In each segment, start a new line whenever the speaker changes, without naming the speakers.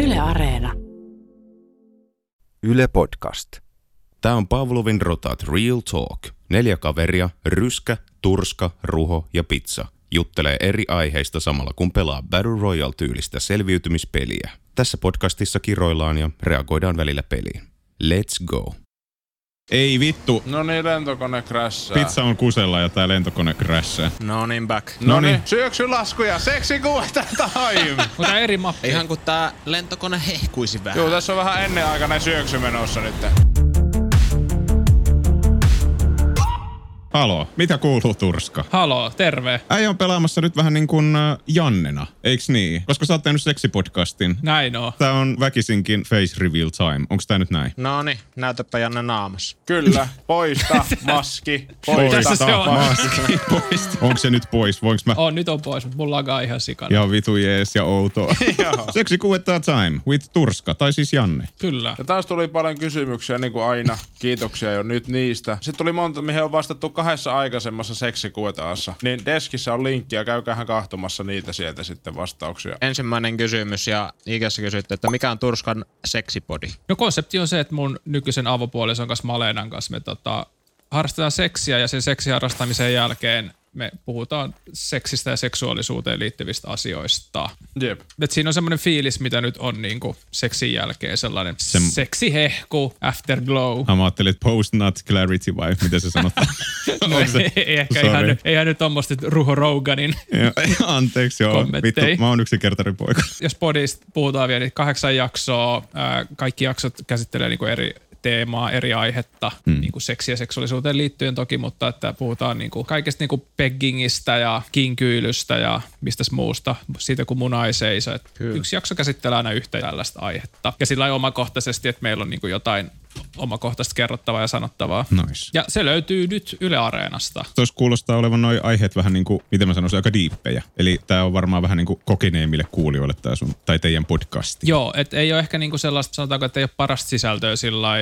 Yle Areena.
Yle Podcast.
Tämä on Pavlovin rotat Real Talk. Neljä kaveria, ryskä, turska, ruho ja pizza, juttelee eri aiheista samalla kun pelaa Battle Royale-tyylistä selviytymispeliä. Tässä podcastissa kiroillaan ja reagoidaan välillä peliin. Let's go. Ei vittu,
No niin, lentokone crashaa.
Pizza on kusella ja tää lentokone crashaa.
No niin back.
No niin,
Noniin.
syöksylaskuja, seksi kuuta time.
Mutta eri mappi.
Ihan kun tää lentokone hehkuisi vähän.
Joo, tässä on vähän ennenaikainen syöksy menossa nyt.
Halo, mitä kuuluu Turska?
Halo, terve.
Äijä on pelaamassa nyt vähän niin kuin äh, Jannena, eiks niin? Koska sä oot tehnyt seksipodcastin.
Näin on.
Tää on väkisinkin face reveal time. Onks tää nyt näin?
No niin, näytäpä Janne naamassa.
Kyllä, poista maski, poista.
Tässä se on.
maski pois. Onks se nyt pois? Voinko mä?
On, nyt on pois, mutta mulla lagaa ihan sikana.
Ja vitu jees ja outoa.
Joo.
Seksi kuuetta time with Turska, tai siis Janne.
Kyllä.
Ja taas tuli paljon kysymyksiä, niin kuin aina. Kiitoksia jo nyt niistä. Sitten tuli monta, mihin on vastattu kahdessa aikaisemmassa seksikuetaassa. Niin deskissä on linkki ja käykäähän kahtomassa niitä sieltä sitten vastauksia.
Ensimmäinen kysymys ja ikässä kysytte, että mikä on Turskan seksipodi?
No konsepti on se, että mun nykyisen avopuolison kanssa Malenan kanssa me tota, harrastetaan seksiä ja sen seksiharrastamisen jälkeen me puhutaan seksistä ja seksuaalisuuteen liittyvistä asioista.
Jep.
Et siinä on semmoinen fiilis, mitä nyt on niinku seksin jälkeen sellainen Sem-
Sem-
seksihehku, afterglow.
Ah, Mä ajattelin, että post not clarity vai miten se sanotaan? Ah, Onks se-
ei, ehkä
Sorry.
ihan, nyt- eihän nyt tommoista Ruho Roganin
Joo, Anteeksi, joo. Vittu,
Kommenttei.
mä oon yksinkertainen poika.
jos podista puhutaan vielä, niin kahdeksan jaksoa, ää, kaikki jaksot käsittelee niinku eri teemaa, eri aihetta, mm. niin kuin seksiä ja seksuaalisuuteen liittyen toki, mutta että puhutaan niin kuin kaikesta niin kuin peggingistä ja kinkyilystä ja mistäs muusta, siitä kun muna ei seiso. Et Yksi jakso käsittelee aina yhtä tällaista aihetta. Ja sillä lailla omakohtaisesti, että meillä on niin kuin jotain omakohtaista kerrottavaa ja sanottavaa.
Nice.
Ja se löytyy nyt Yle Areenasta.
Tuossa kuulostaa olevan noi aiheet vähän niin kuin, miten mä sanoisin, aika diippejä. Eli tää on varmaan vähän niin kuin kokeneemmille kuulijoille tää sun, tai teidän podcasti.
Joo, et ei ole ehkä niinku sellaista, sanotaanko, että ei ole parasta sisältöä sillä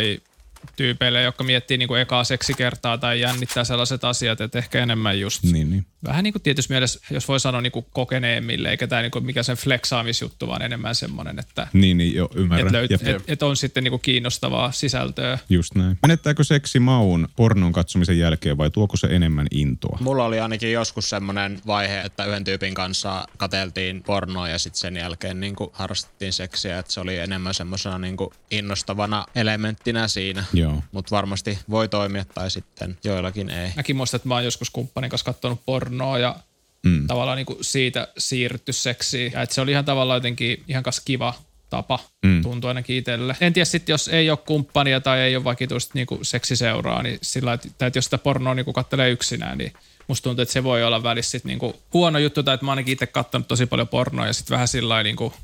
tyypeille, jotka miettii niinku ekaa seksikertaa tai jännittää sellaiset asiat, että ehkä enemmän just
Niin, niin.
vähän niinku tietyssä mielessä, jos voi sanoa niinku kokeneemmille, eikä tämä niinku mikä sen fleksaamisjuttu, vaan enemmän semmoinen, että
Niin, niin, joo,
et,
ymmärrän.
löyt,
Jep.
et, et on sitten niinku kiinnostavaa sisältöä.
Just näin. Menettääkö seksi maun pornon katsomisen jälkeen vai tuoko se enemmän intoa?
Mulla oli ainakin joskus semmonen vaihe, että yhden tyypin kanssa kateltiin pornoa ja sitten sen jälkeen niin harrastettiin seksiä. Että se oli enemmän semmosena niin innostavana elementtinä siinä.
Mm.
Joo.
Mutta varmasti voi toimia tai sitten joillakin ei.
Mäkin muistan, että mä oon joskus kumppanin kanssa katsonut pornoa ja mm. tavallaan niinku siitä siirrytty seksiin. Ja et se oli ihan tavallaan jotenkin ihan kas kiva tapa, mm. tuntuu ainakin itselle. En tiedä sitten, jos ei ole kumppania tai ei ole vakituista niinku seksiseuraa, niin sillä lailla, että, tai että jos sitä pornoa niinku kattelee yksinään, niin musta tuntuu, että se voi olla välissä sit niinku huono juttu, tai että mä oon ainakin itse katsonut tosi paljon pornoa ja sitten vähän sillä lailla niinku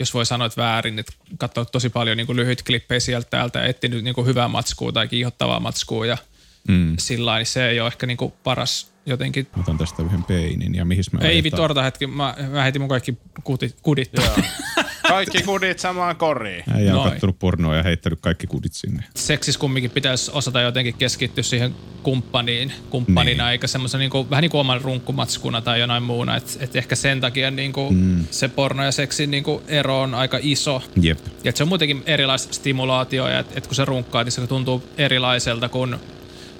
jos voi sanoa, että väärin, että katsonut tosi paljon niin lyhyt klippejä sieltä täältä ja etsinyt niin hyvää matskua tai kiihottavaa matskua ja mm. sillä lailla, niin se ei ole ehkä niin paras jotenkin.
Mä Otan tästä yhden peinin ja mihin mä
Ei
ajetaan?
vittu, odota hetki, mä, mä heitin mun kaikki kuti, kudit.
Kaikki kudit samaan koriin.
Äijä on
Noin.
kattonut pornoa ja heittänyt kaikki kudit sinne.
Seksis kumminkin pitäisi osata jotenkin keskittyä siihen kumppaniin, kumppanina, niin. eikä semmoisen niin vähän niin kuin oman runkkumatskuna tai jonain muuna. Et, et ehkä sen takia niin kuin mm. se porno ja seksin niin kuin ero on aika iso.
Jep.
Ja et se on muutenkin erilaista stimulaatioja, että et kun se runkkaa, niin se tuntuu erilaiselta kuin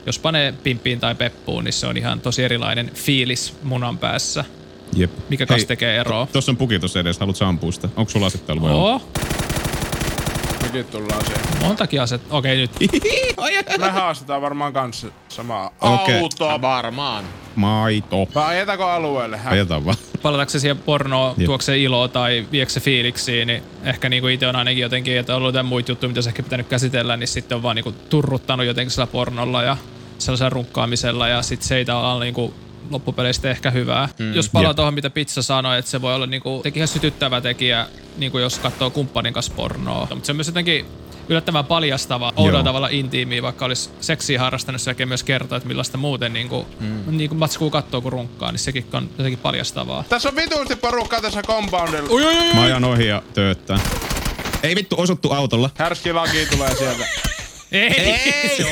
jos panee pimppiin tai peppuun, niin se on ihan tosi erilainen fiilis munan päässä,
Jep.
mikä
Hei,
kanssa tekee eroa.
Tuossa on puki tuossa edes, haluat ampua sitä? Onko sulla asetta ollut vai
Oo,
Mekin tullaan siihen.
montakin aset. Okei, nyt
Me haastetaan varmaan kanssa samaa
Okei.
autoa.
Varmaan.
Maito.
Vai ajetaanko alueelle? Hä?
Ajetaan vaan.
palataanko se siihen pornoon,
Jep.
tuokse iloa tai viekö se fiiliksiin, niin ehkä niinku itse on ainakin jotenkin, että on ollut jotain muita juttuja, mitä olisi ehkä pitänyt käsitellä, niin sitten on vaan niinku turruttanut jotenkin sillä pornolla ja sellaisella runkkaamisella ja sitten se ei tavallaan niinku loppupeleistä ehkä hyvää. Mm, jos palaa
Jep.
tuohon, mitä Pizza sanoi, että se voi olla niinku, teki ihan sytyttävä tekijä, niinku jos katsoo kumppanin kanssa pornoa. Mutta se on myös jotenkin yllättävän paljastava, oudolla
Joo.
tavalla intiimiä, vaikka olisi seksiä harrastanut, sen jälkeen myös kertoa, että millaista muuten niinku, mm. niinku matskuu kattoo kun runkkaa, niin sekin on jotenkin paljastavaa.
Tässä on vituusti porukkaa tässä compoundilla.
Ui, ui, ui,
Mä ajan ohi ja tööttää. Ei vittu, osuttu autolla.
Härski laki tulee sieltä.
Ei!
Ei!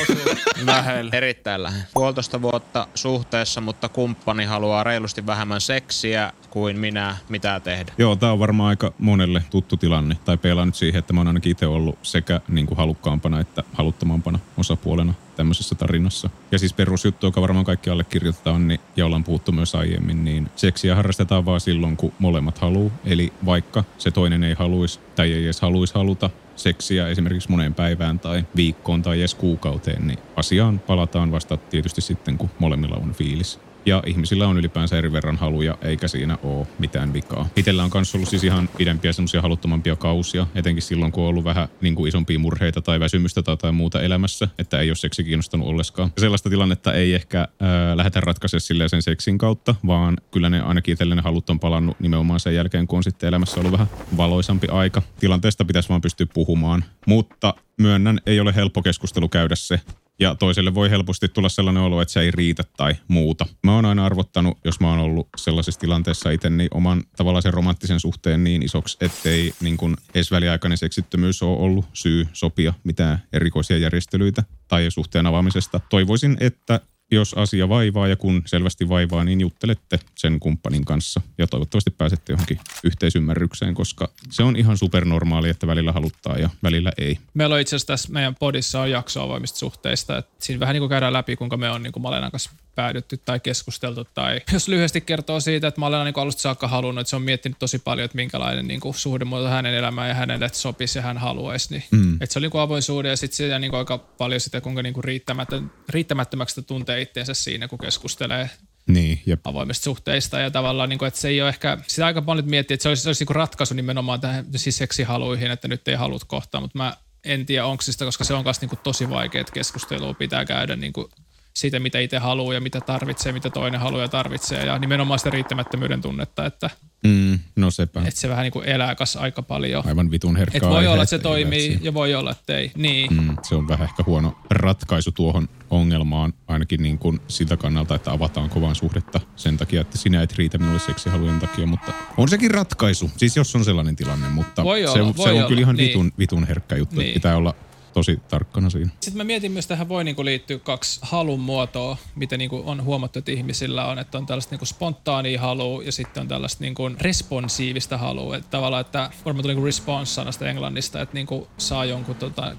Lähellä.
Erittäin lähellä. Puolitoista vuotta suhteessa, mutta kumppani haluaa reilusti vähemmän seksiä kuin minä. Mitä tehdä?
Joo, tämä on varmaan aika monelle tuttu tilanne. Tai peilaan nyt siihen, että mä oon ainakin itse ollut sekä niin kuin halukkaampana että haluttamampana osapuolena tämmöisessä tarinassa. Ja siis perusjuttu, joka varmaan kaikki allekirjoitetaan niin, ja ollaan puhuttu myös aiemmin, niin seksiä harrastetaan vaan silloin, kun molemmat haluu. Eli vaikka se toinen ei haluaisi tai ei edes haluaisi haluta seksiä esimerkiksi moneen päivään tai viikkoon tai edes kuukauteen, niin asiaan palataan vasta tietysti sitten, kun molemmilla on fiilis. Ja ihmisillä on ylipäänsä eri verran haluja, eikä siinä ole mitään vikaa. Itellä on kanssa ollut siis ihan pidempiä semmoisia haluttomampia kausia, etenkin silloin kun on ollut vähän niin kuin isompia murheita tai väsymystä tai jotain muuta elämässä, että ei ole seksi kiinnostanut ollenkaan. Ja sellaista tilannetta ei ehkä ää, lähdetä ratkaisemaan sillä sen seksin kautta, vaan kyllä ne ainakin itselle ne halut on palannut nimenomaan sen jälkeen, kun on sitten elämässä ollut vähän valoisampi aika. Tilanteesta pitäisi vaan pystyä puhumaan, mutta myönnän, ei ole helppo keskustelu käydä se. Ja toiselle voi helposti tulla sellainen olo, että se ei riitä tai muuta. Mä oon aina arvottanut, jos mä oon ollut sellaisessa tilanteessa itse, niin oman tavallaan sen romanttisen suhteen niin isoksi, ettei niin kun edes väliaikainen seksittömyys ole ollut syy sopia mitään erikoisia järjestelyitä tai suhteen avaamisesta. Toivoisin, että jos asia vaivaa ja kun selvästi vaivaa, niin juttelette sen kumppanin kanssa. Ja toivottavasti pääsette johonkin yhteisymmärrykseen, koska se on ihan supernormaali, että välillä haluttaa ja välillä ei.
Meillä on itse asiassa tässä meidän podissa on jakso avoimista suhteista. Et siinä vähän niin kuin käydään läpi, kuinka me on niin kuin Malenan kanssa päädytty tai keskusteltu. Tai jos lyhyesti kertoo siitä, että Malena on niin kuin alusta saakka halunnut, että se on miettinyt tosi paljon, että minkälainen niin kuin suhdemuoto hänen elämään ja hänelle että sopisi ja hän haluaisi. Niin, mm. että se oli niin kuin avoin suhde ja sitten siitä niin kuin aika paljon sitä, kuinka niin kuin riittämätön, riittämättömäksi sitä tuntee itseensä siinä, kun keskustelee
Niin, jep.
avoimista suhteista ja tavallaan, niin kuin, että se ei ole ehkä, sitä aika paljon nyt miettii, että se olisi, se olisi niin kuin ratkaisu nimenomaan tähän siis seksihaluihin, että nyt ei halut kohtaa, mutta mä en tiedä onko sitä, koska se on myös niin kuin tosi vaikea, että keskustelua pitää käydä niin kuin siitä, mitä itse haluaa ja mitä tarvitsee, mitä toinen haluaa ja tarvitsee ja nimenomaan sitä riittämättömyyden tunnetta, että,
Mm, no sepä.
että se vähän niin kuin elää kas aika paljon.
Aivan vitun herkkaa.
Että voi
aihe,
olla, että se
ei lähde
toimii
siihen.
ja voi olla, että ei. Niin.
Mm, se on vähän ehkä huono ratkaisu tuohon ongelmaan, ainakin niin kuin siltä kannalta, että avataan kovaan suhdetta sen takia, että sinä et riitä minulle seksihalujen takia, mutta on sekin ratkaisu, siis jos on sellainen tilanne, mutta
Voi
se,
olla,
se
voi
on
olla,
kyllä ihan
niin.
vitun, vitun herkkä juttu, niin.
Niin.
pitää olla tosi tarkkana siinä.
Sitten mä mietin myös, tähän voi niinku liittyä kaksi halun muotoa, mitä niinku on huomattu, että ihmisillä on, että on tällaista niinku spontaania halua ja sitten on tällaista niinku responsiivista halua. Että tavallaan, että varmaan tuli niinku response-sanasta englannista, että niinku saa jonkun tota,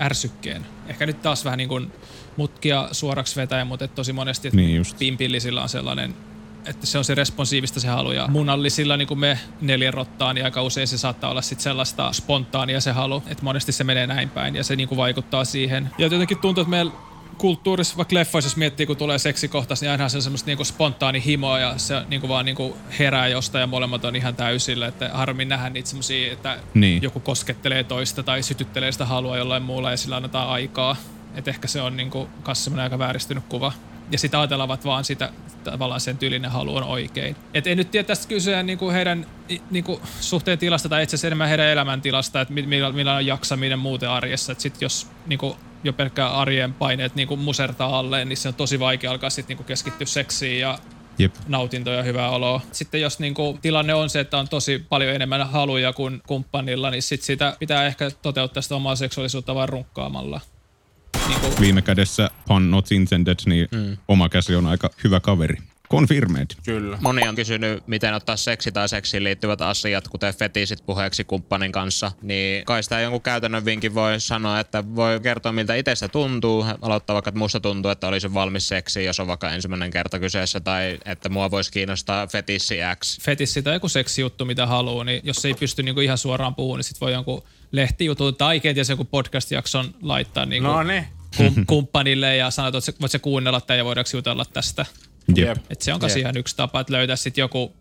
ärsykkeen. Ehkä nyt taas vähän niinku mutkia suoraksi vetäen, mutta et tosi monesti että
Niin just.
pimpillisillä on sellainen että se on se responsiivista se halu. Ja munallisilla, niin kuin me neljän rottaa, niin aika usein se saattaa olla sit sellaista spontaania se halu. Että monesti se menee näin päin ja se niin kuin vaikuttaa siihen. Ja jotenkin tuntuu, että meillä kulttuurissa, vaikka leffoissa, jos miettii, kun tulee seksikohtaus, niin aina se on semmoista niinku spontaani himoa ja se niinku vaan niinku herää jostain ja molemmat on ihan täysillä. Että harmi nähdä niitä semmosia, että
Niin.
joku koskettelee toista tai sytyttelee sitä halua jollain muulla ja sillä annetaan aikaa. Et ehkä se on niinku kas semmoinen aika vääristynyt kuva. Ja sitä ajatellaan vaan, että vaan sitä tavallaan sen tyylinen halu on oikein. Et en nyt tiedä tästä kysyä niinku heidän i- niinku suhteen tilasta tai itse asiassa enemmän heidän elämäntilasta, että mi- millä, millä on jaksaminen muuten arjessa. Et sit jos niinku jo pelkkää arjen paineet niinku musertaa alle, niin se on tosi vaikea alkaa sit niinku keskittyä seksiin ja
Jep.
nautintoa ja hyvää oloa. Sitten jos niin kuin, tilanne on se, että on tosi paljon enemmän haluja kuin kumppanilla, niin sit sitä pitää ehkä toteuttaa sitä omaa seksuaalisuutta vaan runkkaamalla. Niin kuin,
Viime kädessä, pun not intended, niin mm. oma käsi on aika hyvä kaveri. Confirmed.
Kyllä.
Moni on kysynyt, miten ottaa seksi tai seksiin liittyvät asiat, kuten fetisit puheeksi kumppanin kanssa. Niin kai sitä jonkun käytännön vinkin voi sanoa, että voi kertoa miltä itsestä tuntuu. Aloittaa vaikka, että musta tuntuu, että olisin valmis seksiin, jos on vaikka ensimmäinen kerta kyseessä. Tai että mua voisi kiinnostaa fetissi X.
fetissi tai joku seksijuttu, mitä haluaa, niin jos ei pysty niin kuin, ihan suoraan puhumaan, niin sit voi jonkun lehtijutun tai kenties joku podcast-jakson laittaa niin kuin,
No niin.
kum- kumppanille ja sanoa, että voit sä- voit sä kuunnella tämän ja voidaanko jutella tästä.
Jep.
Jep.
Jep.
Et se on kans
Jep.
ihan yksi tapa, että löytää sitten joku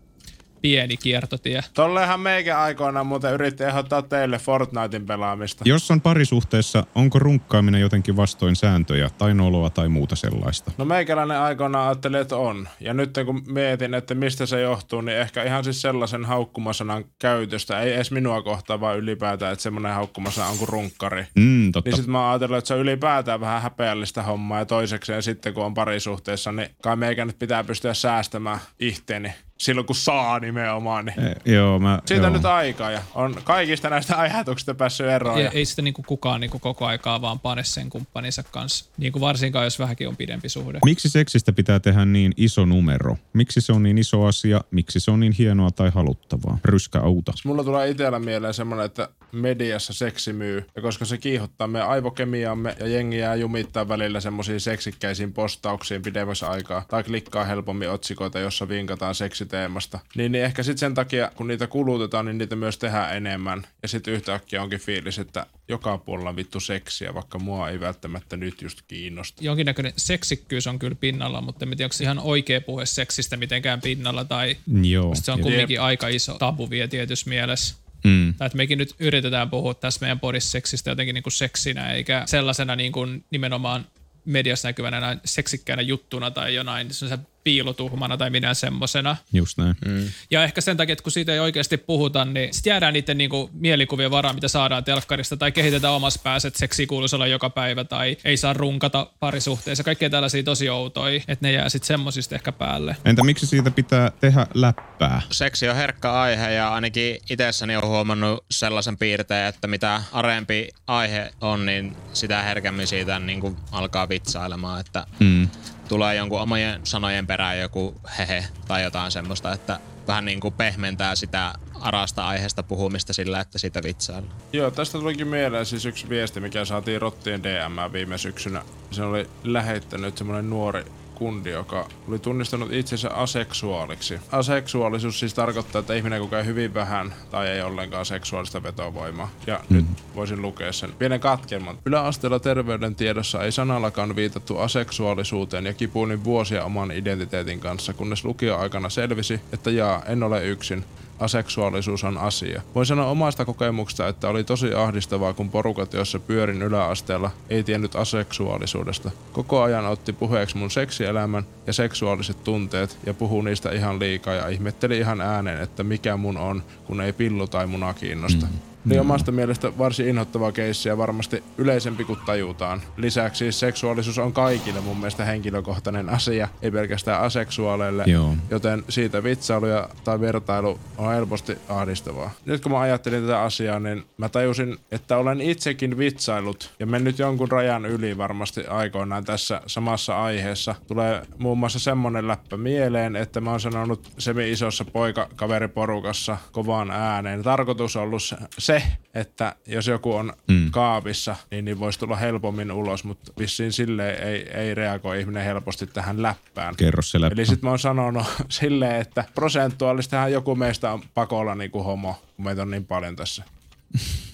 pieni kiertotie.
Tollehan meikä aikoinaan muuten yritti ehdottaa teille Fortnitein pelaamista.
Jos on parisuhteessa, onko runkkaaminen jotenkin vastoin sääntöjä tai noloa tai muuta sellaista?
No meikäläinen aikoinaan ajattelin, että on. Ja nyt kun mietin, että mistä se johtuu, niin ehkä ihan siis sellaisen haukkumasanan käytöstä. Ei edes minua kohtaan, vaan ylipäätään, että semmoinen haukkumasana on kuin runkkari.
Mm, totta.
Niin sit mä oon ajatellut, että se on ylipäätään vähän häpeällistä hommaa ja toisekseen sitten kun on parisuhteessa, niin kai meikä nyt pitää pystyä säästämään itteni silloin kun saa nimenomaan. Niin.
E, joo, mä,
Siitä
joo.
on nyt aikaa ja on kaikista näistä ajatuksista päässyt eroon.
Ei,
Ja
ei sitä niinku kukaan niinku koko aikaa vaan pane sen kumppaninsa kanssa, niinku varsinkaan jos vähänkin on pidempi suhde.
Miksi seksistä pitää tehdä niin iso numero? Miksi se on niin iso asia? Miksi se on niin hienoa tai haluttavaa? Ryskä auta.
Siis mulla tulee itsellä mieleen semmoinen, että mediassa seksi myy. Ja koska se kiihottaa meidän aivokemiamme ja jengi jää jumittaa välillä semmoisiin seksikkäisiin postauksiin pidemmässä aikaa tai klikkaa helpommin otsikoita, jossa vinkataan seksiteemasta, niin, niin ehkä sitten sen takia, kun niitä kulutetaan, niin niitä myös tehdään enemmän. Ja sitten yhtäkkiä onkin fiilis, että joka puolella on vittu seksiä, vaikka mua ei välttämättä nyt just kiinnosta.
Jonkinnäköinen seksikkyys on kyllä pinnalla, mutta en tiedä, onko se ihan oikea puhe seksistä mitenkään pinnalla tai
Joo.
se on
ja-
kumminkin aika iso tabu vielä tietyssä mielessä.
Mm.
Tai että mekin nyt yritetään puhua tässä meidän podissa seksistä jotenkin niin kuin seksinä, eikä sellaisena niin kuin nimenomaan mediassa näkyvänä näin seksikkäänä juttuna tai jonain sellaisena piilotuhmana tai minä semmoisena.
Just näin. Mm.
Ja ehkä sen takia, että kun siitä ei oikeasti puhuta, niin sit jäädään niiden niinku mielikuvien varaan, mitä saadaan telkkarista, tai kehitetään omassa päässä, että seksi kuuluisi olla joka päivä, tai ei saa runkata parisuhteessa. Kaikkea tällaisia tosi outoja, että ne jää sitten semmosista ehkä päälle.
Entä miksi siitä pitää tehdä läppää?
seksi on herkkä aihe ja ainakin itsessäni on huomannut sellaisen piirteen, että mitä arempi aihe on, niin sitä herkemmin siitä niin kuin alkaa vitsailemaan, että mm. tulee jonkun omien sanojen perään joku hehe tai jotain semmoista, että vähän niin kuin pehmentää sitä arasta aiheesta puhumista sillä, että sitä vitsaillaan.
Joo, tästä tulikin mieleen siis yksi viesti, mikä saatiin Rottien DM viime syksynä. Se oli lähettänyt semmoinen nuori kundi, joka oli tunnistanut itsensä aseksuaaliksi. Aseksuaalisuus siis tarkoittaa, että ihminen kokee hyvin vähän tai ei ollenkaan seksuaalista vetovoimaa. Ja mm. nyt voisin lukea sen pienen katkelman. Yläasteella terveydentiedossa ei sanallakaan viitattu aseksuaalisuuteen ja kipuilin vuosia oman identiteetin kanssa, kunnes lukioaikana selvisi, että jaa, en ole yksin aseksuaalisuus on asia. Voin sanoa omasta kokemuksesta, että oli tosi ahdistavaa, kun porukat, joissa pyörin yläasteella, ei tiennyt aseksuaalisuudesta. Koko ajan otti puheeksi mun seksielämän ja seksuaaliset tunteet ja puhuu niistä ihan liikaa ja ihmetteli ihan ääneen, että mikä mun on, kun ei pillu tai muna kiinnosta. Mm. Niin omasta mielestä varsin inhottava keissi ja varmasti yleisempi kuin tajutaan. Lisäksi seksuaalisuus on kaikille mun mielestä henkilökohtainen asia, ei pelkästään aseksuaaleille,
Joo.
joten siitä vitsailu ja, tai vertailu on helposti ahdistavaa. Nyt kun mä ajattelin tätä asiaa, niin mä tajusin, että olen itsekin vitsailut ja mennyt jonkun rajan yli varmasti aikoinaan tässä samassa aiheessa. Tulee muun muassa semmonen läppä mieleen, että mä oon sanonut semi-isossa poikakaveriporukassa kovaan ääneen. Tarkoitus on ollut se- se, että jos joku on mm. kaapissa, niin, niin voisi tulla helpommin ulos, mutta vissiin silleen ei, ei reagoi ihminen helposti tähän läppään.
Kerro se läppä.
Eli sit mä oon sanonut silleen, että prosentuaalistahan joku meistä on pakolla niinku homo, kun meitä on niin paljon tässä.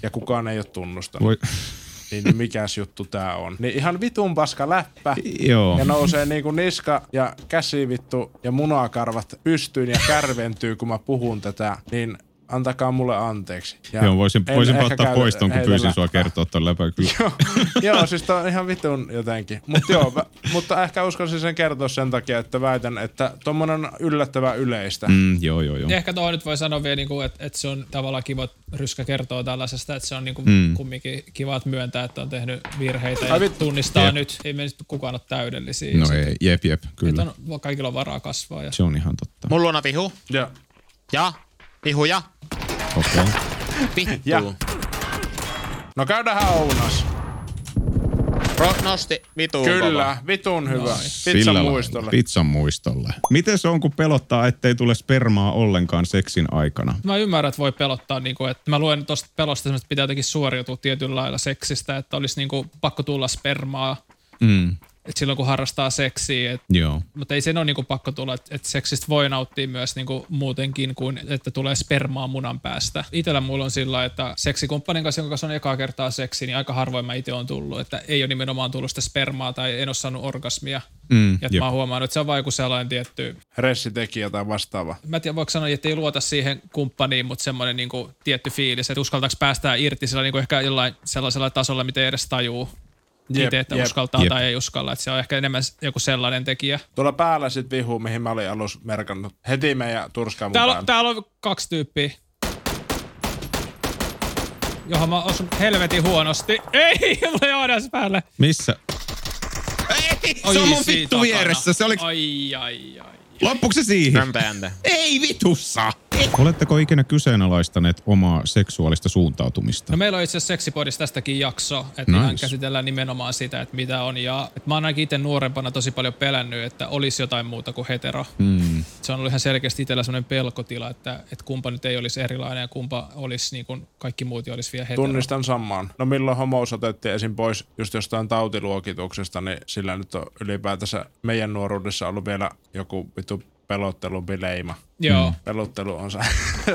Ja kukaan ei ole tunnustanut. Voi.
Voi,
Niin, niin mikäs juttu tää on. Niin ihan vitun paska läppä.
joo.
Ja nousee niinku niska ja käsi vittu ja munakarvat pystyyn ja kärventyy, kun mä puhun tätä. Niin antakaa mulle anteeksi. Ja
Joo, voisin,
en
voisin
ehkä
ottaa
käytä-
pois ton, kun
heitä
pyysin sua
läppää.
kertoa ton läpä. Kyllä.
Joo, joo, siis tää on ihan vitun jotenkin. Mut joo, mä, mutta ehkä uskalsin sen kertoa sen takia, että väitän, että tommonen on yllättävän yleistä. Mm.
Mm, joo, joo, joo.
Ja ehkä tuohon nyt voi sanoa vielä, niin kuin, että, että se on tavallaan kiva, että Ryskä kertoo tällaisesta, että se on niin kuin mm. kumminkin kiva että myöntää, että on tehnyt virheitä
Ai
ja
vittu.
tunnistaa
Jep.
nyt. Ei me nyt kukaan ole täydellisiä.
No
Se-
ei, jep, jep,
että
kyllä.
on, kaikilla on varaa kasvaa. Ja...
Se on ihan totta.
Mulla on vihu
Ja
ja vihuja.
Okei. Okay.
Vittu.
Ja.
Ja.
No käydään Ounas.
Prognosti vitu.
Kyllä, vitun hyvä.
No, Sillä
Pizza
lailla.
muistolle.
Pizzan muistolle. Miten se on, kun pelottaa, ettei tule spermaa ollenkaan seksin aikana?
Mä ymmärrän, että voi pelottaa, niin kuin, että mä luen tuosta pelosta, semmoista, että pitää jotenkin suoriutua tietyllä lailla seksistä, että olisi niin kuin, pakko tulla spermaa
Mm,
että silloin, kun harrastaa seksiä. Että
joo.
mutta ei sen ole niinku pakko tulla, että, että seksistä voi nauttia myös niinku muutenkin kuin, että tulee spermaa munan päästä. Itellä mulla on sillä lailla, että seksikumppanin kanssa, jonka kanssa on ekaa kertaa seksi, niin aika harvoin mä itse on tullut, että ei ole nimenomaan tullut sitä spermaa tai en ole saanut orgasmia.
Mm,
ja että
jep.
mä oon huomannut, että se on vaan joku sellainen tietty,
Ressitekijä tai vastaava.
mä en tiedä voiko sanoa, että ei luota siihen kumppaniin, mutta semmoinen niinku tietty fiilis, että uskaltaako päästää irti sillä niinku ehkä jollain sellaisella tasolla, mitä ei edes tajuu.
Jep,
Itse, että
jep.
uskaltaa
Jep.
tai ei uskalla, että se on ehkä enemmän joku sellainen tekijä.
Tuolla päällä sit vihu, mihin mä olin alussa merkannut. Heti meidän turskaa mun
Täällä,
päälle.
on- täällä on kaksi tyyppiä. Johon mä osun helvetin huonosti. Ei, mulla ei ole edes päälle.
Missä? Ei, se on mun
siinä
vittu
takana.
vieressä. Se oli...
Ai, ai, ai.
Loppuuko se siihen?
Rämpä jäntä.
Ei vitussa! Oletteko ikinä kyseenalaistaneet omaa seksuaalista suuntautumista?
No meillä on itse asiassa seksipodissa tästäkin jakso, että nice. ihan
Nice.
käsitellään nimenomaan sitä, että mitä on. Ja, että mä oon ainakin itse nuorempana tosi paljon pelännyt, että olisi jotain muuta kuin hetero. Mm. Se on ollut ihan selkeästi itsellä sellainen pelkotila, että, että kumpa nyt ei olisi erilainen ja kumpa olisi niin kuin kaikki muut ja olisi vielä hetero.
Tunnistan samaan. No milloin homous otettiin esim. pois just jostain tautiluokituksesta, niin sillä nyt on ylipäätänsä meidän nuoruudessa ollut vielä joku vitu pelottelubileima.
Joo.
Pelottelu on sa-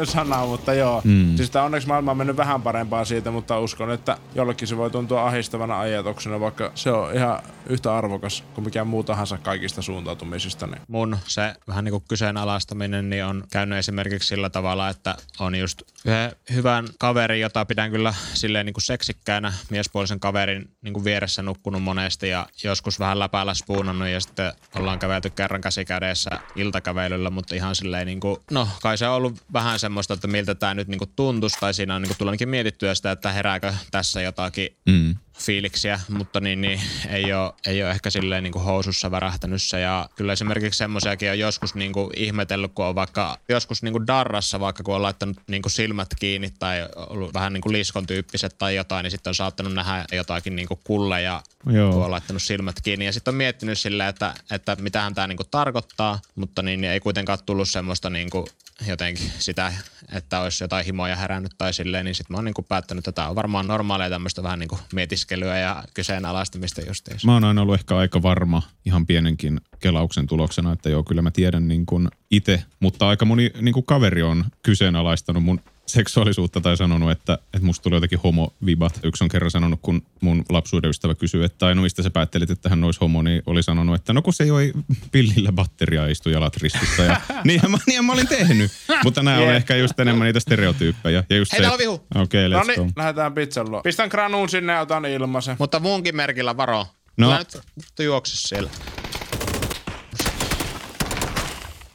sana, mutta joo. Mm. Siis tää onneksi maailma on mennyt vähän parempaa siitä, mutta uskon, että jollekin se voi tuntua ahistavana ajatuksena, vaikka se on ihan yhtä arvokas kuin mikään muu tahansa kaikista suuntautumisista. Niin.
mun se vähän niin kuin kyseenalaistaminen niin on käynyt esimerkiksi sillä tavalla, että on just yhden hyvän kaverin, jota pidän kyllä silleen niin kuin seksikkäänä miespuolisen kaverin niin kuin vieressä nukkunut monesti ja joskus vähän läpäällä spuunannut ja sitten ollaan kävelty kerran käsikädessä iltakävelyllä, mutta ihan silleen niin kuin, no kai se on ollut vähän semmoista, että miltä tämä nyt niin kuin tuntuisi tai siinä on niin kuin tullut ainakin mietittyä sitä, että herääkö tässä jotakin
Mm.
fiiliksiä, mutta niin, niin ei, ole, ei ole ehkä silleen niin kuin housussa värähtänyt se. Ja kyllä esimerkiksi semmoisiakin on joskus niin kuin ihmetellyt, kun on vaikka joskus niin kuin darrassa, vaikka kun on laittanut niin kuin silmät kiinni tai ollut vähän niin kuin liskon tyyppiset tai jotain, niin sitten on saattanut nähdä jotakin niin kuin kulleja,
Joo.
kun on laittanut silmät kiinni. Ja sitten on miettinyt silleen, että, että mitähän tämä niin kuin tarkoittaa, mutta niin, niin ei kuitenkaan tullut semmoista niin kuin jotenkin sitä, että olisi jotain himoja herännyt tai silleen, niin sitten mä oon niinku päättänyt, että tämä on varmaan normaalia tämmöistä vähän niinku mietiskelyä ja kyseenalaistamista justiinsa.
Mä oon aina ollut ehkä aika varma ihan pienenkin kelauksen tuloksena, että joo, kyllä mä tiedän niin kuin itse, mutta aika moni niin kuin kaveri on kyseenalaistanut mun seksuaalisuutta tai sanonut, että, että musta tuli jotenkin homovibat. Yksi on kerran sanonut, kun mun lapsuuden ystävä kysyi, että tai no mistä sä päättelit, että hän olisi homo, niin oli sanonut, että no kun se joi pillillä batteria ja istui jalat ristissä. Ja, niinhän, mä, niinhän mä olin tehnyt, mutta nämä on ehkä just enemmän niitä stereotyyppejä. Ja just
Hei,
se,
täällä on
että-
vihu.
Okei, okay,
No
let's go.
niin, lähdetään pizzan luo. Pistän granuun sinne ja otan ilmaisen.
Mutta muunkin merkillä varo.
No.
Älä nyt vittu juokse siellä.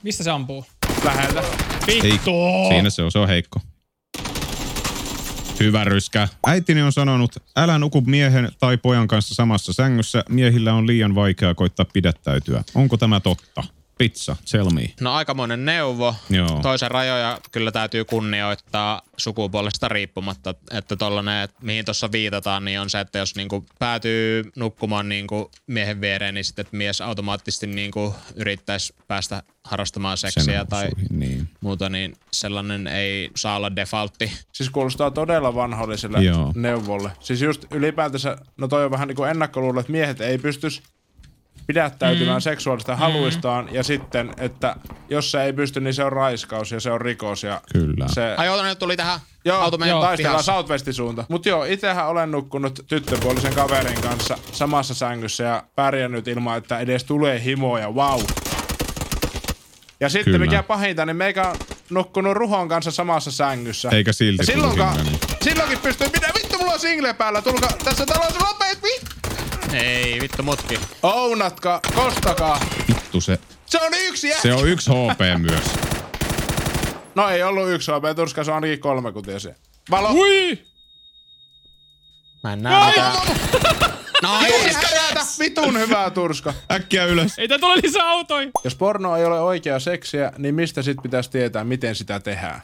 Mistä se ampuu?
Läheltä.
Ei, siinä se on, se on heikko. Hyvä ryskä. Äitini on sanonut, älä nuku miehen tai pojan kanssa samassa sängyssä. Miehillä on liian vaikea koittaa pidättäytyä. Onko tämä totta? Pizza, tell me.
No aikamoinen neuvo.
Joo.
Toisen rajoja kyllä täytyy kunnioittaa sukupuolesta riippumatta. Että tollanen, että mihin tuossa viitataan, niin on se, että jos niinku päätyy nukkumaan niinku miehen viereen, niin sitten että mies automaattisesti niinku yrittäisi päästä harrastamaan seksiä
Sen
tai
osuihin, niin.
muuta, niin sellainen ei saa olla defaultti.
Siis kuulostaa todella vanholliselle
Joo.
neuvolle. Siis just ylipäätänsä, no toi on vähän niinku ennakkoluulo, että miehet ei pystyisi pidättäytymään mm. seksuaalista mm. haluistaan ja sitten, että jos se ei pysty, niin se on raiskaus ja se on rikos ja
Kyllä.
se...
Ai joo, nyt tuli tähän.
Joo,
Auto
joo
meidän
taistellaan
pihassa.
Southwestin suunta. Mut joo, itehän olen nukkunut tyttöpuolisen kaverin kanssa samassa sängyssä ja pärjännyt ilman, että edes tulee himoja, wow. Ja sitten
Kyllä.
mikä pahinta, niin meikä on nukkunut ruhon kanssa samassa sängyssä.
Eikä silti
Ja silloinka,
tullut niin. single,
silloinkin pystyy pitää, vittu mulla on single päällä, tulkaa tässä talossa lopet, vittu.
Ei, vittu mutki.
Ounatkaa, kostakaa.
Vittu se.
Se on yksi jä...
Se on yksi HP myös.
No ei ollut yksi HP, turska se on ainakin kolme kutiosia. Valo.
Ui!
Mä en näe mitään. No, ei.
Turska Vitun hyvää turska.
Äkkiä ylös.
Ei tää tule lisää autoja!
Jos porno ei ole oikea seksiä, niin mistä sit pitäisi tietää, miten sitä tehdään?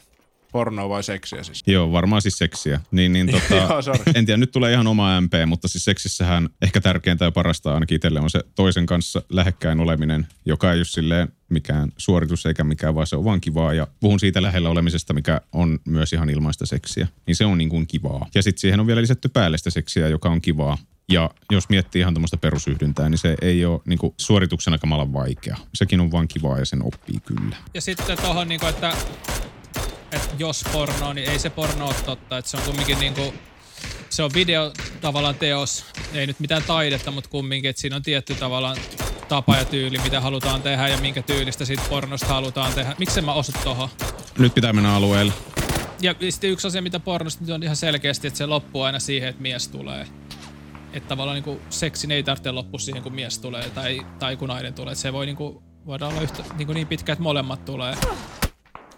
Porno vai seksiä siis?
Joo, varmaan siis seksiä. Niin, niin tota,
Joo, sorry.
en tiedä, nyt tulee ihan oma MP, mutta siis seksissähän ehkä tärkeintä ja parasta ainakin itselle on se toisen kanssa lähekkäin oleminen, joka ei ole silleen mikään suoritus eikä mikään, vaan se on vaan kivaa. Ja puhun siitä lähellä olemisesta, mikä on myös ihan ilmaista seksiä. Niin se on niin kuin kivaa. Ja sitten siihen on vielä lisätty päälle sitä seksiä, joka on kivaa. Ja jos miettii ihan tämmöistä perusyhdyntää, niin se ei ole niin kuin suorituksena kamalan vaikea. Sekin on vaan kivaa ja sen oppii kyllä.
Ja sitten tohon niinku, että, että jos porno, niin ei se porno ole totta. Että se on kumminkin niinku, se on video tavallaan teos, ei nyt mitään taidetta, mutta kumminkin, että siinä on tietty tavallaan tapa ja tyyli, mitä halutaan tehdä ja minkä tyylistä siitä pornosta halutaan tehdä. Miksi mä osu tohon?
Nyt pitää mennä alueelle.
Ja sitten yksi asia, mitä pornosta nyt on ihan selkeästi, että se loppuu aina siihen, että mies tulee. Että tavallaan niinku seksin ei tarvitse loppua siihen, kun mies tulee tai, tai kun nainen tulee. Et se voi niinku, voidaan olla yhtä, niinku niin pitkä, että molemmat tulee.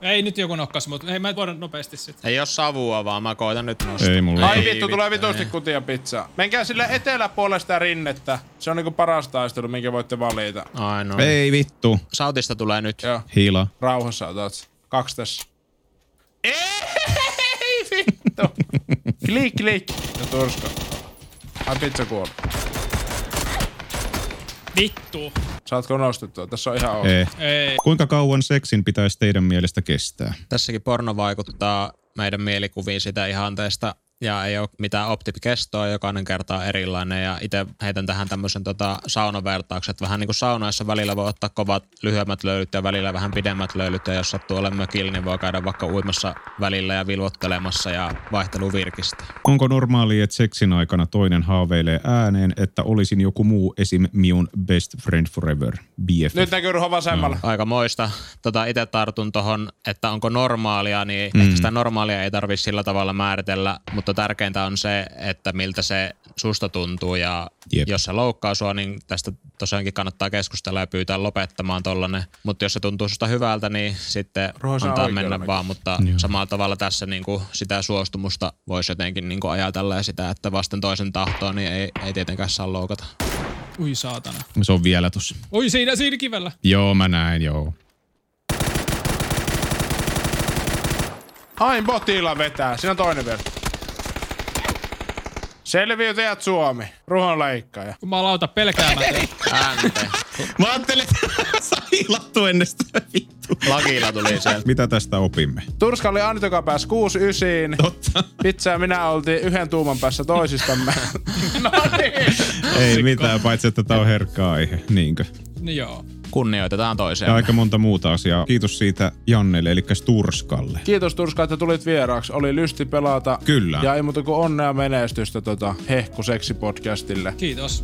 Ei nyt joku nokkas, mutta ei mä voida nopeasti sit.
Ei oo savua vaan, mä koitan nyt nostaa.
Ei mulla.
Ai
ole.
vittu, tulee vitusti kutia pizzaa. Menkää sille eteläpuolesta rinnettä. Se on niinku paras taistelu, minkä voitte valita.
Ainoa.
Ei vittu.
no niin. Sautista tulee nyt.
Joo,
Hiila.
rauhassa otat. sen. Kaksi tässä. Ei vittu. klik, klik. Ja turska. Ai pizza kuoli.
Vittu.
Saatko nostettua? Tässä on ihan ok.
Ei.
Ei.
Kuinka kauan seksin pitäisi teidän mielestä kestää?
Tässäkin porno vaikuttaa meidän mielikuviin sitä ihanteesta ja ei ole mitään optikestoa, jokainen kerta on erilainen ja itse heitän tähän tämmöisen tota, saunavertauksen, että vähän niin kuin saunaissa välillä voi ottaa kovat lyhyemmät löylyt ja välillä vähän pidemmät löylyt ja jos sattuu olemaan mökillä, niin voi käydä vaikka uimassa välillä ja vilvottelemassa ja vaihtelu virkistä.
Onko normaali, että seksin aikana toinen haaveilee ääneen, että olisin joku muu, esim. minun best friend forever, BFF?
Nyt näkyy ruho vasemmalla.
Aika moista. Tota, itse tartun tuohon, että onko normaalia, niin mm. ehkä sitä normaalia ei tarvitse sillä tavalla määritellä, mutta tärkeintä on se, että miltä se susta tuntuu ja
Jep.
Jep. jos se loukkaa sua, niin tästä tosiaankin kannattaa keskustella ja pyytää lopettamaan tollanen. Mutta jos se tuntuu susta hyvältä, niin sitten
Ruho saa
antaa
oikealla
mennä
näköisesti.
vaan, mutta samalla tavalla tässä niin kuin sitä suostumusta voisi jotenkin niin kuin ajatella ja sitä, että vasten toisen tahtoa niin ei, ei tietenkään saa loukata.
Ui saatana.
Se on vielä tossa.
Ui siinä, siinä kivellä.
Joo, mä näin, joo.
Ain botilla vetää. Siinä on toinen vielä. Selviytyjät Suomi. Ruhon leikkaaja.
Jumalauta pelkäämätön.
Äänte.
Mä ajattelin, että sä hiilattu ennen sitä vittu.
Lakilla tuli se.
Mitä tästä opimme?
Turska oli ainut, joka pääsi 6 ysiin.
Totta.
Pizza ja minä oltiin yhden tuuman päässä toisistamme. no niin.
Ei mitään, paitsi että tää on herkkä aihe. Niinkö?
no joo.
Kunnioitetaan toisiaan.
Ja aika monta muuta asiaa. Kiitos siitä Jannelle, eli Turskalle.
Kiitos Turska, että tulit vieraaksi. Oli lysti pelata.
Kyllä.
Ja ei muuta kuin onnea menestystä tota, Hehku Seksi podcastille.
Kiitos.